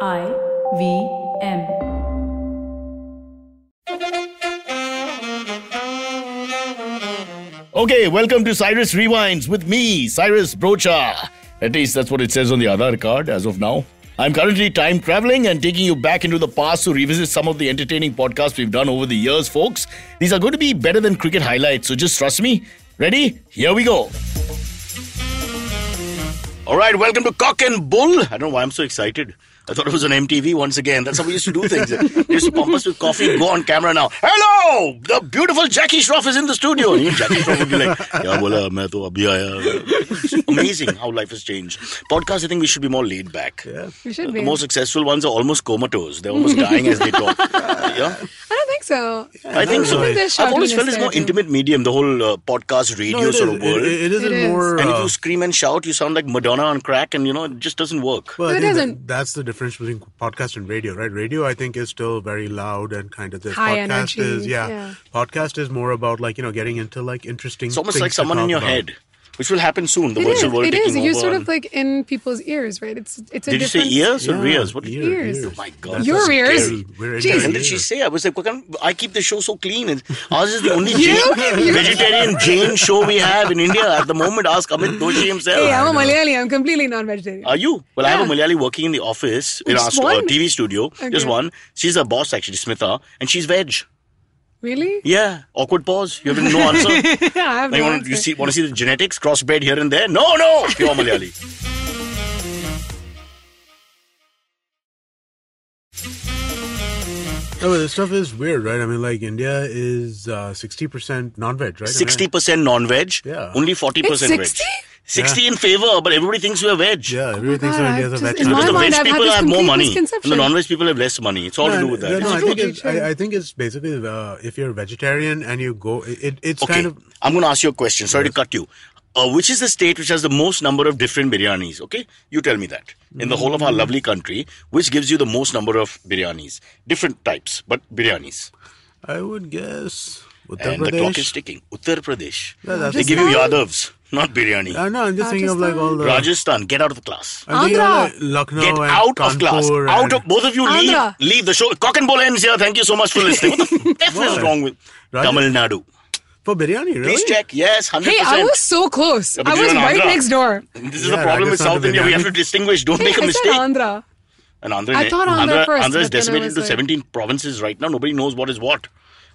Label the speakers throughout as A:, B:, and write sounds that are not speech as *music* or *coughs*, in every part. A: I V M.
B: Okay, welcome to Cyrus Rewinds with me, Cyrus Brocha. At least that's what it says on the Aadhaar card as of now. I'm currently time traveling and taking you back into the past to revisit some of the entertaining podcasts we've done over the years, folks. These are going to be better than cricket highlights, so just trust me. Ready? Here we go. All right, welcome to Cock and Bull. I don't know why I'm so excited. I thought it was on MTV once again. That's how we used to do things. they used to pump us with coffee. Go on camera now. Hello, the beautiful Jackie Shroff is in the studio. And even Jackie Shroff would be like, "Yeah, bola, main to abhi aaya." It's Amazing how life has changed. Podcast, I think we should be more laid back.
C: We should
B: The
C: be.
B: more successful ones are almost comatose. They're almost dying as they talk. Yeah,
C: I don't think so.
B: I think so.
C: I think they're
B: I've always
C: shouting
B: felt it's
C: instead
B: more
C: too.
B: intimate medium. The whole uh, podcast, radio
D: Oh, it
B: sort
D: is.
B: of world.
D: It- it isn't
C: It is.
D: more.
B: And if
D: uh,
B: you scream and shout, you sound like Madonna on crack, and you know it just doesn't work.
D: well, I
C: It
D: think that-
C: isn't.
D: that's the difference between podcast and radio, right? Radio, I think, is still very loud and kind of this.
C: High
D: podcast
C: energy,
D: is, yeah,
C: yeah.
D: Podcast is more about like you know getting into like interesting.
B: It's almost
D: things
B: like
D: to
B: someone in
D: talk
B: your
D: about.
B: head, which will happen soon. The
C: It is.
B: virtual world
C: It
B: taking
C: is.
B: over.
C: You're sort
B: and-
C: of like in people's ears, right? It's it's a
B: did you say
C: different.
B: ears or
D: Yeah,
B: ears? What did
D: ear,
B: you?
C: Ears.
B: Oh my God!
C: Your
B: that's
C: ears?
B: scary.
D: We're in
B: What
C: Jeez.
B: the
D: your
B: hell did
D: ears.
B: she say? I was like, what kind of- I keep the show so clean. And ours
D: *laughs*
B: is the only Jain, vegetarian Jain show we have in India at the moment. Ask Amit Doshi himself.
C: Hey, I'm a Malayali. I'm completely non-vegetarian.
B: Are you? Well, I have a
C: Yeah.
B: Malayali working in the office in our
C: Just
B: stu- uh,
C: one?
B: TV studio. Just
C: Okay.
B: one. She's a boss actually, Smita, and she's veg. *laughs*
C: really?
B: Yeah. Awkward pause. You have no answer.
C: *laughs* Yeah, I have
B: Now
C: no
B: you want
C: answer.
B: to you see want to see the genetics crossbred here and there? No, no, pure Malayali.
D: No, but this stuff is weird, right? I mean, like India is uh, sixty percent non-veg, right? I mean,
B: Sixty percent non-veg.
D: Yeah.
B: Only forty
C: It's
B: percent veg.
C: 60?
B: Sixty in favor, but everybody thinks you are veg.
D: yeah, everyone thinks
C: Oh God,
D: of India
C: I've
D: as a
C: just-
D: veg.
C: in my
B: Because the
C: mind,
B: veg
C: I've had
B: people
C: this
B: have more
C: complete
B: money, and
C: misconception.
B: the non-veg people have less money. It's all to do with that.
D: No,
C: It's
D: I
C: true,
D: think
C: it's
D: it's,
C: true.
D: I, I think it's basically uh, if you're a vegetarian and you go, it, it's
B: okay,
D: kind of
B: I'm going to ask you a question. Sorry to cut you. Uh, which is the state which has the most number of different biryanis? Okay, you tell me that in the whole of our
D: Mm-hmm.
B: lovely country, which gives you the most number of biryanis, different types, but biryanis.
D: I would guess Uttar
B: And the clock
D: Pradesh.
B: is ticking. Uttar Pradesh.
D: Yeah, that's-
B: they give you
C: Rajasthan?
B: Yadavs, not biryani.
D: I know. I'm just thinking of like all the
B: Rajasthan, get out of the class.
D: I'm thinking of,
C: Andhra.
D: like, Lucknow
B: Get
D: and
B: out of class.
D: Kanpur
B: Out
D: and-
B: of both of you leave.
C: Andhra.
B: Leave the show. Cock and ball ends here. Thank you so much for listening. What
C: *laughs*
B: the f is
D: What?
B: wrong with
D: Rajas-
B: Tamil Nadu?
D: for biryani. Really?
B: Please check. Yes, hundred
C: Hey, I
B: percent.
C: was so close.
B: Yeah,
C: I
B: but you
C: was
B: were in
C: right
B: Andhra.
C: next door.
B: This is
D: Yeah,
B: the problem with
D: Rajasthan
B: South
D: to
B: India. We have
D: biryani.
B: to distinguish. Don't
C: Hey,
B: make a
C: I
B: mistake.
C: said Andhra.
B: And Andhra,
C: I thought Andhra first,
B: Andhra is
C: but then I
B: decimated
C: was
B: into
C: like-
B: 17 provinces right now. Nobody knows what is what.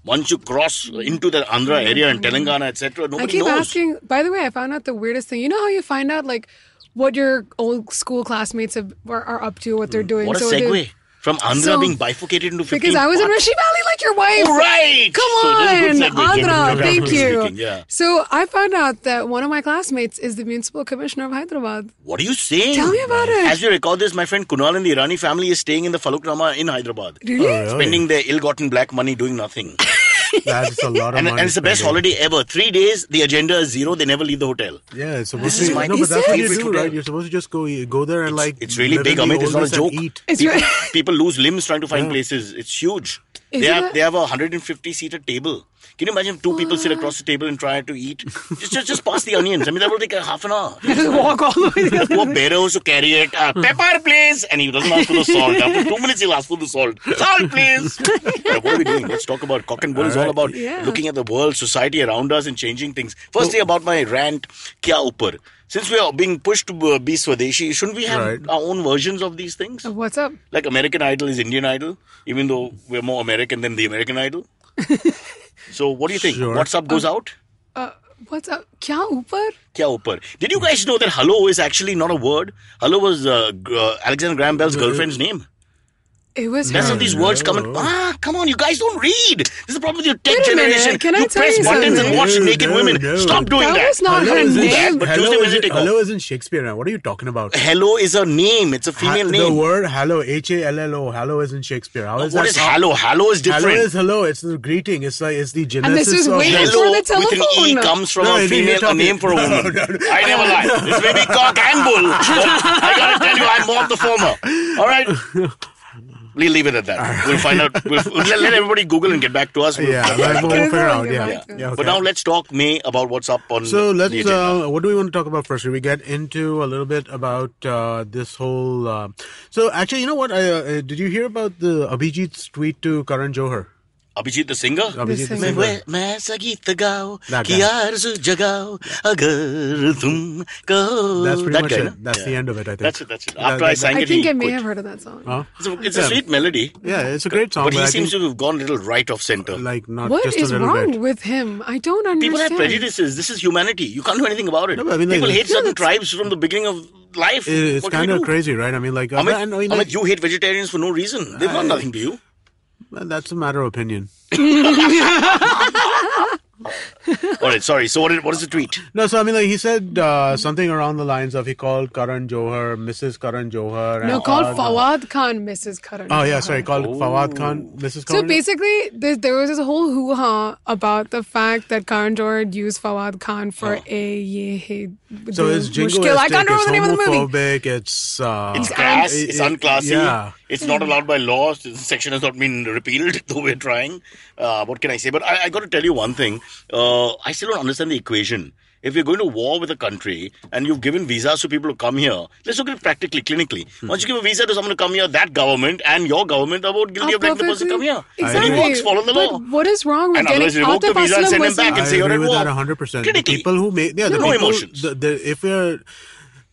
B: Once you cross into the Andhra area and Telangana, etc., nobody
C: I keep
B: knows.
C: asking. By the way, I found out the weirdest thing. You know how you find out like what your old school classmates have, are, are up to, what they're doing.
B: Hmm. what a
C: the-
B: segue from Andhra
C: So-
B: being bifurcated into 15
C: Because I was in
B: parts.
C: Rishi Valley like your wife.
B: Oh, right.
C: Come
B: So it
C: on,
B: is a good segue,
C: Andhra.
B: geographically
C: Thank you.
B: speaking, yeah.
C: So I found out that one of my classmates is the municipal commissioner of Hyderabad.
B: What are you saying?
C: Tell me about it.
B: As we record this, my friend Kunal and the Irani family is staying in the Faluknama in Hyderabad,
C: Really?
D: Oh, really?
B: spending their ill-gotten black money doing nothing.
D: That's a lot of
B: and, and
D: money.
B: it's the best
D: spending.
B: holiday ever. Three days, the agenda is zero. They never leave the hotel.
D: Yeah, it's supposed
B: This
D: to.
B: is
D: be-
B: my-
D: no, but
C: Is
D: that's what you
B: it?
D: do, right? You're supposed to just go go there and like.
B: It's really
D: live
B: big,
D: in the
B: Amit. It's not a
D: oldest and
B: joke.
D: Eat.
C: It's
B: people,
C: really- *laughs*
B: people lose limbs trying to find places. It's huge.
C: Is
B: they
C: it
B: have
C: a-
B: they have a 150 seater table. Can you imagine two people sit across the table and try to eat? just, just just pass the onions. I mean, that will take a half an hour.
C: *laughs* Just walk all the way.
B: Poor Beros who carry it. Uh, pepper, please. And he doesn't ask for the salt.
C: *laughs*
B: After two minutes, he'll ask for the salt. Salt, please. Uh, what are we doing? Let's talk about cock and bull. It's all about
C: Yeah.
B: looking at the world, society around us, and changing things. Firstly, about my rant, kya upar. Since we are being pushed to uh, be Swadeshi, shouldn't we have
D: Right.
B: our own versions of these things?
C: Uh, What's up?
B: Like American Idol is Indian Idol, even though we're more American than the American
D: *laughs*
B: Idol. so, what do you think?
D: Sure. Um,
B: What's up goes out?
C: Uh, what's up? Kya upar?
B: Kya upar? Did you guys know that hello is actually not a word? Hello was uh, g- uh, Alexander Graham Bell's girlfriend's name.
C: It was
B: That's
C: her.
B: how these words come. And,
D: no.
B: ah, come on, you guys don't read. This is the problem with your tech
C: Wait a minute,
B: generation.
C: can I
B: you
C: tell
B: press
C: you
B: buttons and
C: something?
B: watch
D: No,
B: naked
D: no,
B: women.
D: no.
B: Stop doing
C: That
B: that.
C: was not her
D: is in-
C: name.
B: But
D: hello,
B: Tuesday,
D: is
B: Wednesday,
D: in-
B: take off.
D: hello is in Shakespeare. Now. What are you talking about?
B: Hello is a name. It's a female
D: Ha-
B: name.
D: The word hello, H A L L O, hello is in Shakespeare. How is
B: what
D: that?
B: is hello? Hello is different.
D: Hello is hello. It's the greeting. It's like it's the genesis
C: is
D: of
C: way
D: the-
C: before
B: Hello
C: the
B: with an E
C: telephone.
B: comes from
D: No,
B: a
D: you're
B: female, a
D: talking-
B: name for a
D: No,
B: woman.
D: no, no.
B: I never lie. This may be
C: *laughs*
D: *laughs*
B: cock and bull. but I gotta tell you, I'm more of the former. All right. We'll leave it at that. We'll find out. We'll, we'll let, let everybody Google and get back to us. We'll-
D: Yeah, like, we'll
C: Google
D: figure
C: and
D: out.
C: get
D: Yeah,
C: back to
D: yeah.
C: us.
D: okay.
B: But now let's talk, May, about what's up on.
D: So
B: the
D: let's.
B: agenda.
D: Uh, what do we want to talk about first? Should we get into a little bit about uh, this whole? Uh, so actually, you know what? I, uh, uh, did you hear about the Abhijit's tweet to Karan Johar?
B: Abhijit the singer?
D: Abhijit
C: singer.
B: मैं वै- मैं ऐसा गीत गाओ
D: That
B: कि
D: guy.
B: आरज़ू जगाओ अगर तुम कहो
D: That's pretty
B: That
D: much
B: guy,
D: it.
B: no?
D: That's the
B: Yeah.
D: end of it. I think
B: That's it. That's it.
D: That-
B: After I
D: that-
B: sang
C: I
B: it,
C: think
B: he
C: I may
B: quit.
C: have heard of that song.
D: Huh?
B: It's a, it's a
D: Yeah.
B: sweet melody,
D: Yeah, it's a great song.
B: but he
D: I
B: seems
D: think,
B: to have gone a little right off center.
D: like not
C: What
D: just
C: is
D: a little
C: wrong
D: bit.
C: with him? I don't understand.
B: People have prejudices. This is humanity. You can't do anything about it.
D: No, but I mean, like-
B: People hate
D: Yeah,
B: certain tribes from the beginning of life.
D: It- It's
B: What can we
D: kind of
B: do?
D: crazy, right? I mean, like,
B: Amit,
D: I mean,
B: Amit,
D: like,
B: you hate vegetarians for no reason. They've done nothing to you.
D: that's a matter of opinion.
B: All right, sorry. So what, did- what is the tweet?
D: No, so I mean, like, he said
C: Mm-hmm.
D: uh, something around the lines of he called Karan Johar, Mrs. Karan Johar.
C: No,
D: and
C: called
D: all the-
C: Fawad Khan, Mrs. Karan.
D: Uh, Oh yeah, sorry, called Fawad Khan,
B: Oh.
D: Mrs.
C: So
D: Karan.
C: basically, there, there was this whole hoo ha about the fact that Karan Johar had used Fawad Khan for a ye hey.
D: so
C: the
D: his jingle
C: mushkil. I
D: is
C: can't
D: thick,
C: remember the name of
D: it's
C: the movie.
D: homophobic, it's uh,
B: It's class.
D: it-
B: it's
D: it-
B: unclassy.
D: Yeah,
B: It's not allowed by law. This section has not been repealed, *laughs* though we're trying. Uh, what can I say? But I, I got to tell you one thing. Uh, I still don't understand the equation. If you're going to war with a country and you've given visas to people to come here, let's look at it practically, clinically.
D: Hmm.
B: Once you give a visa to someone to come here, that government and your government are both guilty
C: Are
B: of letting the person come
C: perfectly-
B: here.
C: Exactly.
B: It works. Follow the law.
C: But what is wrong with
B: And
C: getting
B: otherwise revoke
C: Atif
B: the visa and
C: Aslam
B: send him
C: was
B: back
C: a-
B: and
D: I
B: say you're
D: agree
B: at
D: with
B: war.
D: that 100. percent The
B: Critically.
D: people who make yeah, the
B: No
D: people,
B: emotions.
D: The, the, if we're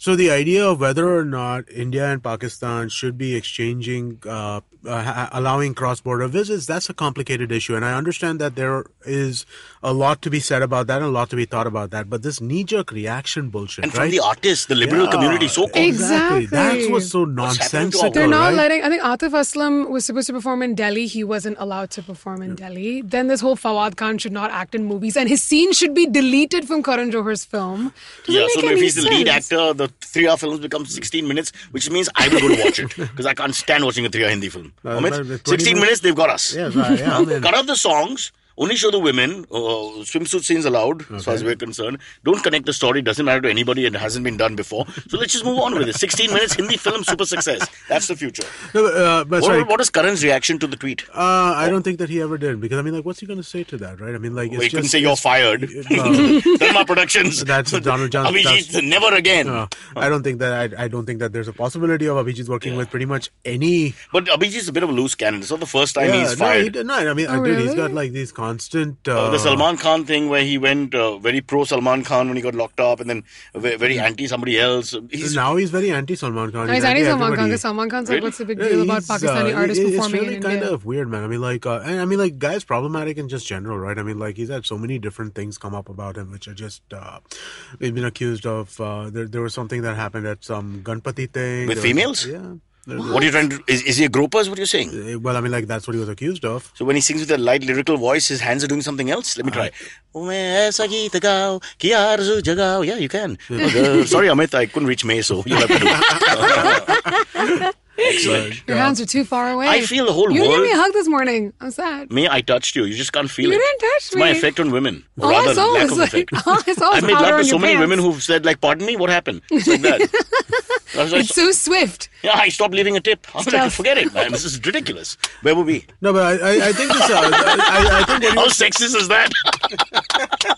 D: so the idea of whether or not India and Pakistan should be exchanging, uh, uh, ha- allowing cross-border visits, that's a complicated issue, and I understand that there is a lot to be said about that and a lot to be thought about that. But this knee-jerk reaction bullshit,
B: And from
D: right?
B: the artists, the liberal
D: Yeah.
B: community, so called.
C: Exactly.
D: That's what's so
B: happening to our
D: nonsensical.
C: They're not
D: Oh, right?
C: letting. I think Atif Aslam was supposed to perform in Delhi. He wasn't allowed to perform in Delhi. Then this whole Fawad Khan should not act in movies, and his scene should be deleted from Karan Johar's film. Doesn't
B: Yeah,
C: make
B: so
C: any
B: if he's the
C: sense.
B: lead actor, the three-hour films become 16 minutes, which means I will go to
C: *laughs*
B: watch it because I can't stand watching a three-hour Hindi film.
D: Uh,
B: Amit,
D: but with 20
B: 16 minutes, they've got us. *laughs*
D: Yes, I am.
B: Cut out the songs. Only show the women. Uh, swimsuit scenes allowed, as far as we're concerned. Don't connect the story. Doesn't matter to anybody. It hasn't been done before. So let's just move on with it. 16 minutes Hindi film, super success. That's the future.
D: No, but, uh, but sorry,
B: What, what is Karan's reaction to the tweet?
D: Uh, I don't think that he ever did because I mean, like, what's he going to say to that, right? I mean, like, it's
B: Well, you can
D: just-
B: say you're
D: *laughs*
B: fired. *laughs*
D: No.
B: Dharma Productions.
D: That's Donald
B: *laughs*
D: Johnson.
B: Abhijit,
D: That's-
B: never again. *laughs*
D: No, uh, I don't think that. I, I don't think that there's a possibility of Abhijit working with pretty much any.
B: But Abhijit's a bit of a loose cannon. It's not the first time he's
D: no,
B: fired.
D: he, did- no, I mean, uh,
C: Oh,
D: dude, he's
C: really?
D: got like these constant. Uh,
B: Uh, the Salman Khan thing where he went uh, very pro Salman Khan when he got locked up and then ve- very anti somebody else. He's
D: Now he's very anti-Salman Khan.
C: No, he's anti Salman Khan.
D: anti-everybody.
C: 'cause Salman Khan's like,
B: Really?
C: what's the big
D: Yeah,
C: deal about
D: he's, uh,
C: Pakistani
D: it-
C: artists
D: it- it's
C: performing
D: really
C: in
D: kind
C: India?
D: of weird, man. I mean, like, uh, and I mean, like, guy's problematic in just general, right? I mean, like, he's had so many different things come up about him, which are just uh, he's been accused of. Uh, there, there was something that happened at some Ganpati thing
B: With
D: There was-
B: females?
D: yeah. There-
B: what are you trying to is, is he a groper? Is what you're saying?
D: there- Eh, Well, I mean, like, that's what he was accused of.
B: So when he sings with a light lyrical voice, his hands are doing something else. Let me try. "Oh, main aisa geet gaao, ki aarzu jagao." Yeah, you can. Uh, sorry, Amit, I couldn't reach May, so you'll have to do it.
D: *laughs*
B: Excellent.
C: Your hands are too far away.
B: I feel the whole
C: You didn't
B: world-
C: give me a hug this morning. I'm sad.
B: May, I touched you. You just can't feel
C: You
B: it.
C: didn't touch
B: it's my
C: me. Oh,
B: effect on women.
C: All I
B: rather,
C: saw
B: lack
C: was
B: of
C: like- *laughs*
B: effect.
C: all I saw was
B: I've made love
C: powder on
B: to
C: your
B: so many women
C: pants.
B: who've said, like, pardon me, what happened? It's like
C: *laughs*
B: that. I was like,
C: It's so swift.
B: Yeah, I stopped leaving a tip. I'm like,
C: Stuff.
B: forget it, man. This is ridiculous. Where were we?
D: No, but I, I, I think this. Uh, I, I think what he
B: *laughs* How
D: was,
B: sexist is that? *laughs*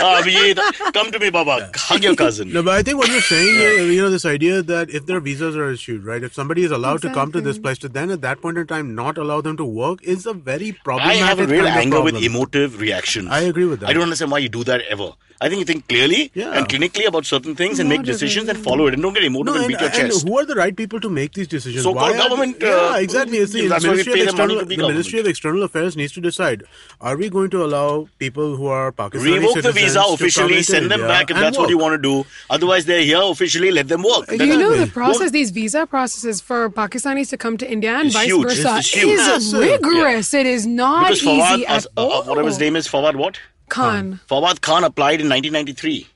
B: Ah, Abhijit, come to me, Baba. Hug your cousin.
D: no, but I think what you're saying, uh, you know, this idea that if their visas are issued, right, if somebody is allowed to come to this place, to then at that point in time not allow them to work is a very
B: I
D: problematic.
B: have a real
D: kind of
B: anger with
D: problem.
B: emotive reactions.
D: I agree with that.
B: I don't understand why you do that ever. I think you think clearly
D: Yeah.
B: and clinically about certain things and make
C: Emotive,
B: decisions and follow it and don't get emotive and, beat your
D: and
B: chest.
D: who are the right people to make these decisions?
B: So-called
D: Why are they-
B: government, uh,
D: yeah, exactly. It's the,
B: that's why we
D: Ministry,
B: pay
D: of
B: the money
D: External,
B: to be
D: the Ministry of External Affairs needs to decide: Are we going to allow people who are Pakistani
B: Revoke the
D: citizens
B: visa
D: to come
B: officially,
D: into
B: send them
D: India
B: back if
D: and
B: that's what you
D: work?
B: want to do. Otherwise, they're here officially, let them work.
D: You
C: Do you
B: That's-
C: know
D: Exactly.
C: the process, these visa processes for Pakistanis to come to India and
B: It's
C: vice
B: huge.
C: versa
B: It's huge.
C: is
D: Massive.
C: rigorous. It is not
B: Because
C: easy
B: Fawad,
C: at
B: uh,
C: all.
B: uh, whatever his name is, Fawad what?
C: Khan.
B: Fawad Khan applied in 1993.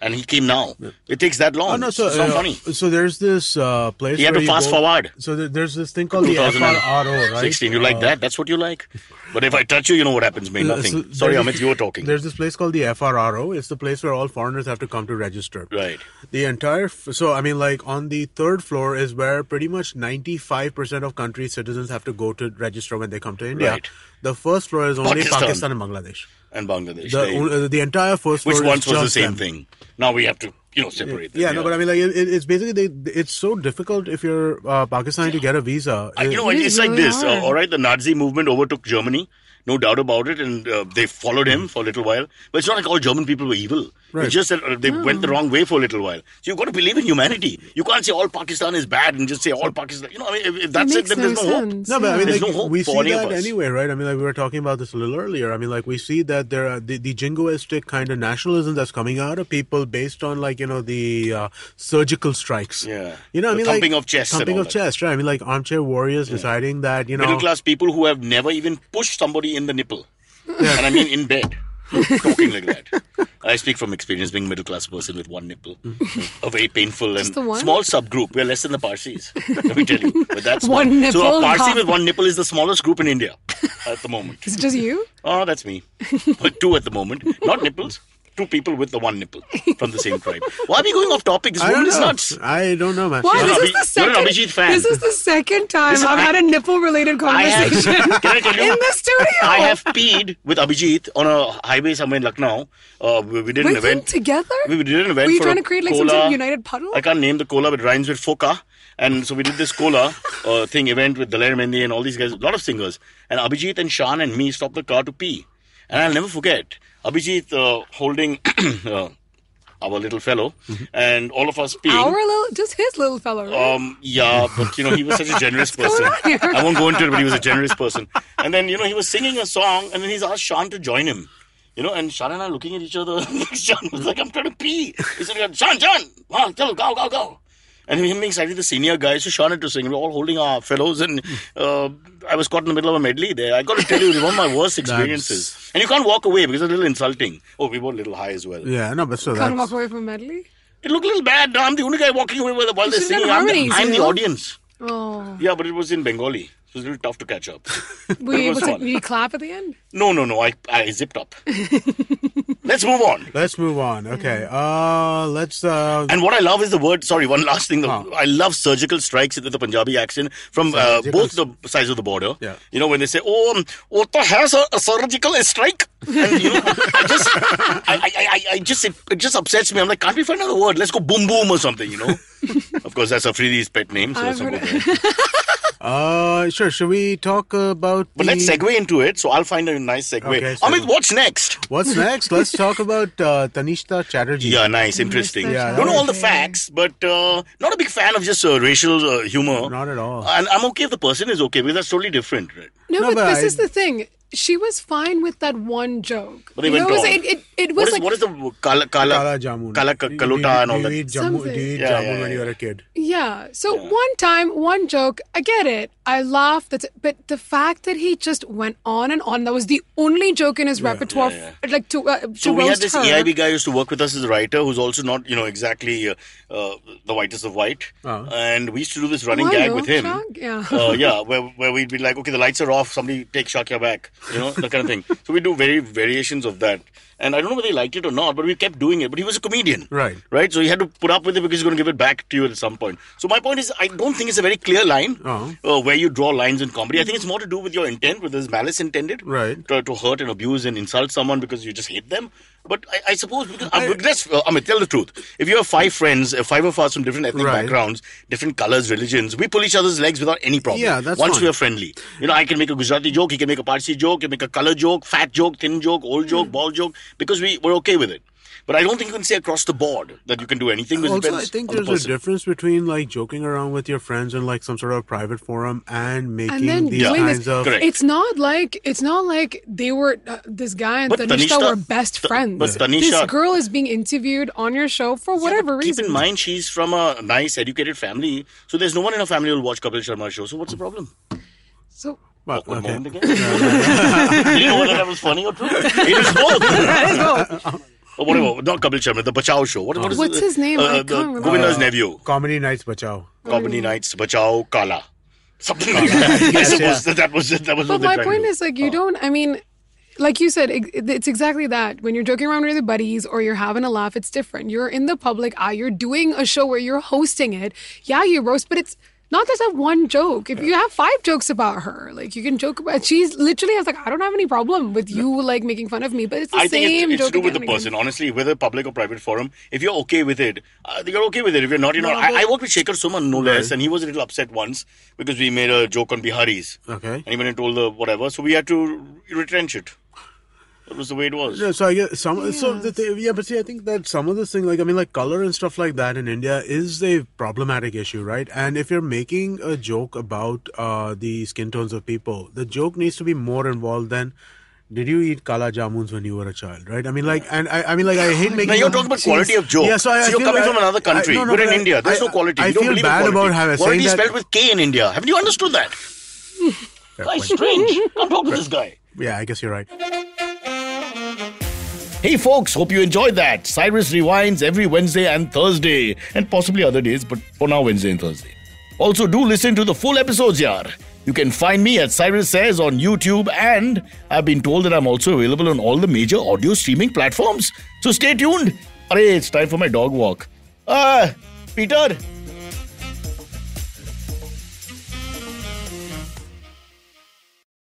B: and he came now. It takes that long.
D: Oh, no, so,
B: it's not
D: uh,
B: funny.
D: So there's this uh, place.
B: You have
D: where
B: to fast
D: go-
B: forward.
D: So there- there's this thing called the
B: 2016.
D: FRRO, right?
B: You like
D: Uh,
B: that? That's what you like. But if I touch you, you know what happens, mate.
D: uh,
B: Nothing.
D: so
B: Sorry,
D: there's
B: Amit,
D: this-
B: you were talking.
D: There's this place called the FRRO. It's the place where all foreigners have to come to register.
B: Right.
D: The entire, f- so I mean, like on the third floor is where pretty much 95% of country citizens have to go to register when they come to India.
B: Right.
D: The first floor is only
B: Pakistan.
D: Pakistan, and Bangladesh.
B: And Bangladesh.
D: The,
B: they-
D: on- uh, the entire first
B: which
D: floor
B: once
D: is
B: was the
D: just
B: same
D: them.
B: thing. Now we have to, you know, separate them.
D: Yeah, no, but I mean, like, it, it- it's basically they, it's so difficult if you're uh, Pakistani to get a visa.
B: I- Uh, you know,
C: It is
B: it's like
C: really
B: this.
C: hard.
B: Uh, all right, the Nazi movement overtook Germany, no doubt about it, and uh, they followed him for a little while. But it's not like all German people were evil.
D: Right.
B: It's just that uh, they went the
C: Hmm.
B: wrong way for a little while. So you've got to believe in humanity. You can't say all Pakistan is bad and just say all Pakistan. You know, I mean, if, if that's it,
C: makes
B: then
C: no
B: there's no hope.
C: sense.
D: No, but I mean,
B: There's
D: like,
B: no hope
D: we
B: for
D: see
B: any of
D: that
B: us.
D: anyway, right? I mean, like, we were talking about this a little earlier. I mean, like, we see that there are the, the jingoistic kind of nationalism that's coming out of people based on, like, you know, the uh, surgical strikes.
B: Yeah.
D: You know,
B: The
D: I mean,
B: thumping
D: like,
B: of chests and
D: Thumping
B: all
D: of
B: that.
D: chests, right? I mean, like, armchair warriors deciding that, you know.
B: Middle class people who have never even pushed somebody in the nipple. And I mean in bed. *laughs* Talking like that. I speak from experience being a middle class person with one nipple.
D: Mm.
B: A very painful and
C: the one?
B: small subgroup. We're less than the Parsis. Let me tell you. But that's
C: *laughs* One
B: small. So a
C: nipple,
B: Parsi
C: God. *laughs*
B: with one nipple is the smallest group in India at the moment.
C: Is it
B: *laughs*
C: just you?
B: Oh, that's me. But two at the moment. Not nipples. Two people with the one nipple from the same tribe. Why are we going off topic? This
D: I
B: woman
D: don't
B: is
D: know.
B: nuts.
D: I don't know, man.
C: Why?
B: You're
C: This
B: an
C: is
B: Abhi-
C: the
B: you're an
C: second.
B: Abhijit fan.
C: This is the second time
B: This is-
C: I've had a nipple-related
B: I have, *laughs*
C: conversation
B: Can I tell you?
C: in the studio.
B: I have peed with Abhijit on a highway somewhere in Lucknow. Uh, we, we did
C: With
B: an
C: him
B: event
C: together?
B: We, we did an event.
C: Were you
B: for
C: trying
B: a
C: to create, like, some sort
B: cola-
C: of united puddle?
B: I can't name the cola, but it rhymes with foka. And so we did this cola uh, thing event with Daler Mendy and all these guys, a lot of singers. And Abhijit and Shan and me stopped the car to pee. And I'll never forget Abhijit uh, holding *coughs* uh, our little fellow, and all of us peeing.
C: Mm-hmm. Our little, just his little fellow. right?
B: Um, yeah, but you know, he was such a generous person.
C: on here?
B: I won't go into it, but he was a generous person. And then, you know, he was singing a song and then he's asked Sean to join him. You know, and Sean and I are looking at each other. *laughs* Sean was like, I'm trying to pee. He said, Sean, Sean, on, tell, go, go, go. And him being slightly the senior guy, so Sean had to sing. We were all holding our fellows, and uh, I was caught in the middle of a medley there. I got to tell you, it was one of my worst experiences. And you can't walk away because it's a little insulting. Oh, we were a little high as well.
D: Yeah, no,
B: Oh,
D: but so
C: Can't walk
D: that's.
C: away from medley.
B: It looked a little bad. I'm the only guy walking away while while they're
C: should've done
B: singing. I'm the,
C: harmonies,
B: I'm
C: you
B: the
C: know?
B: audience.
C: Oh,
B: Yeah, but it was in Bengali. It was a little tough to catch up. *laughs*
C: we
B: was
C: what's it,
B: fun.
C: did you clap at the end?
B: No, no, no. I, I zipped
D: *laughs*
B: up. Let's move on.
D: Let's move on. Okay. Uh, let's. Uh,
B: And what I love is the word. Sorry, one last thing. The, I love surgical strikes with the Punjabi accent from uh,
D: Surgical
B: both the sides of the border.
D: Yeah.
B: You know when they say, "Oh, um, Ota has a, a surgical strike," and you know, I just, I, I, I, I just, it, it just upsets me. I'm like, can't we find another word? Let's go boom boom or something. You
D: *laughs*
B: know. of course, that's Afridi's pet name, so that's
C: I've
B: not
C: heard-
B: good.
D: uh, sure. Should we talk about.
B: But
D: the- *laughs*
B: let's segue into it. So I'll find a nice segue.
D: Okay, so-
B: Amit, what's next?
D: What's
B: *laughs*
D: next? Let's talk about uh, Tanishta Chatterjee.
B: Yeah, nice, interesting.
C: Mr.
D: Yeah,
B: Don't know all the
C: Chowdhury.
B: facts, but uh, not a big fan of just uh, racial uh, humor.
D: Not at all.
B: And I'm okay if the person is okay because that's totally different. Right?
C: No,
D: No,
C: but,
D: but
C: this
D: I-
C: is the thing. She was fine with that one joke.
B: But they
C: You know,
B: went
C: it was,
B: on.
C: it, it, it
B: What
C: was
B: is,
C: like
B: what is the kala kala
D: Kala jamun.
B: kala ka-
D: Do you- do you-
B: kaluta and all
D: do you
B: that?
D: eat jamu- Do
C: Something.
D: you eat
B: Yeah, yeah,
D: jamun when
B: yeah.
D: you were a kid?
C: Yeah. So one time, one joke, I get it. I laughed. That's but the fact that he just went on and on. That was the only joke in his repertoire.
B: yeah,
C: f- Like to uh, to
B: So we had
C: roast
B: this E
C: her.
B: AIB guy who used to work with us as a writer, who's also not you know exactly uh, uh, the whitest of white.
D: Uh.
B: And we used to do this running
C: Why
B: gag
C: no,
B: with him.
C: Shag? Yeah.
D: *laughs*
B: uh, yeah, where, where we'd be like, okay, the lights are off, somebody take Shakya back, you know, that kind of
D: *laughs*
B: thing. So we do very variations of that. And I don't know whether he liked it or not, but we kept doing it. But he was a comedian.
D: Right.
B: Right? So he had to put up with it because he's going to give it back to you at some point. So my point is, I don't think it's a very clear line
D: Uh-huh.
B: uh, where you draw lines in comedy. I think it's more to do with your intent, whether there's malice intended.
D: Right.
B: To, to hurt and abuse and insult someone because you just hate them. But I, I suppose, because, I, let's, uh, Amit, tell the truth. If you have five friends, uh, five of us from different ethnic
D: Right.
B: backgrounds, backgrounds, different colors, religions. We pull each other's legs without any problem.
D: Yeah, that's
B: once
D: fine.
B: we are friendly. You know, I can make a Gujarati joke, he can make a Parsi joke, he can make a color joke, fat joke, thin joke, old
D: Hmm.
B: joke, bald joke, because we we're okay with it. But I don't think you can say across the board that you can do anything. because it
D: Also, I
B: depends
D: think
B: on the
D: there's a
B: person.
D: difference between like joking around with your friends in like some sort of private forum and making
C: and then
D: these
C: doing
D: kinds
C: this,
D: of.
B: Correct.
C: it's not like it's not like they were uh, this guy and
B: But
C: Tanisha,
B: Tanisha-
C: were best
B: Ta-
C: friends.
B: but Tanisha-
C: this girl is being interviewed on your show for whatever
B: Keep
C: reason.
B: in mind, she's from a nice, educated family, so there's no one in her family who'll watch Kapil Sharma's show. So what's the
D: Hmm.
B: problem?
C: So
D: Well,
B: Awkward
D: okay.
B: moment *laughs* *laughs* again. you didn't know whether that was funny or true. It was both. or Oh, whatever, not Kapil Sharma, the Bachao show. What, what is
C: What's
B: it?
C: his name? I
B: Uh,
C: can't
B: the
C: remember.
B: Govinda's nephew.
D: Comedy Nights Bachao.
B: Comedy Nights, Bachao Kala. Something like
C: *laughs*
B: that. I suppose
D: yeah.
B: that, that was it. That was what
C: But
B: they
C: my
B: tried to
C: point
B: do.
C: is, like, you don't. I mean, like you said, ex- it's exactly that. When you're joking around with your buddies or you're having a laugh, it's different. You're in the public eye. You're doing a show where you're hosting it. Yeah, you roast, but it's not just that one joke. If you have five jokes about her, like you can joke about. She's literally I was like, I don't have any problem with you like making fun of me, but it's the
B: I think
C: same
B: it's, it's to
C: joke.
B: do with the
C: again and again.
B: person, honestly, whether public or private forum. If you're okay with it, uh, you're okay with it. If you're not, you're not. I, I worked with Shekhar Suman, no less, and he was a little upset once because we made a joke on Biharis.
D: Okay.
B: And he went and told the whatever, so we had to retrench it. That was the way it was.
D: Yeah, so I guess some. So the th- yeah, but see, I think that some of this thing, like I mean, like color and stuff like that in India is a problematic issue, right? And if you're making a joke about uh, the skin tones of people, the joke needs to be more involved than. Did you eat kala jamuns when you were a child, right? I mean, like, and I, I mean, like, I hate making.
B: Now you're talking about quality of joke.
D: Yeah, so I, I
B: you're
D: feel
B: coming
D: I-
B: from another
D: I-
B: country.
D: no, no,
B: We're in
D: but I-
B: India. There's
D: I-
B: no quality.
D: I
B: we don't
D: feel
B: believe
D: bad
B: in quality.
D: about having
B: quality is
D: saying
B: spelled
D: that.
B: with K in India. Haven't you understood that? Quite strange. Come talk to this guy.
D: Yeah, I guess you're right.
B: Hey folks, hope you enjoyed that. Cyrus rewinds every Wednesday and Thursday, and possibly other days, but for now, Wednesday and Thursday. Also, do listen to the full episodes, yar. You can find me at Cyrus Says on YouTube, and I've been told that I'm also available on all the major audio streaming platforms. So stay tuned. Arey, it's time for my dog walk. Ah, Uh, Peter,